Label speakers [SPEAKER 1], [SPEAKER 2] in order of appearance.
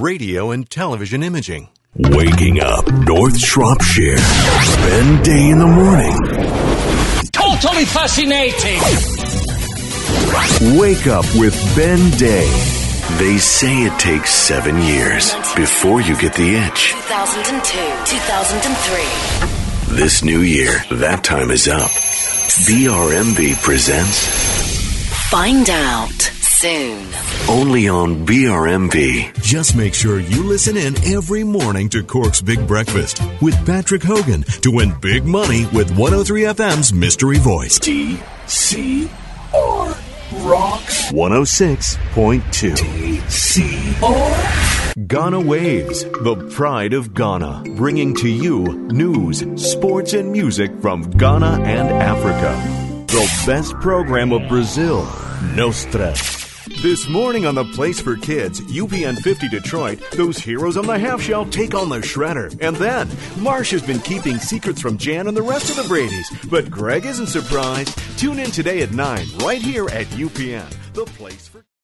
[SPEAKER 1] radio and television imaging.
[SPEAKER 2] Waking up North Shropshire. Spend day in the morning.
[SPEAKER 3] Totally fascinating.
[SPEAKER 2] Wake up with Ben Day. They say it takes seven years before you get the itch.
[SPEAKER 4] 2002, 2003.
[SPEAKER 2] This new year, that time is up. BRMB presents
[SPEAKER 4] Find out soon.
[SPEAKER 2] only on BRMB.
[SPEAKER 1] Just make sure you listen in every morning to Cork's Big Breakfast with Patrick Hogan to win big money with 103 FM's Mystery Voice.
[SPEAKER 2] D C R rocks.
[SPEAKER 1] 106.2.
[SPEAKER 2] D C R.
[SPEAKER 1] Ghana Waves, the pride of Ghana, bringing to you news, sports, and music from Ghana and Africa. The best program of Brazil, Nostra. This morning on The Place for Kids, UPN 50 Detroit, those heroes on the half shell take on the shredder. And then, Marsh has been keeping secrets from Jan and the rest of the Brady's. But Greg isn't surprised. Tune in today at 9, right here at UPN, The Place for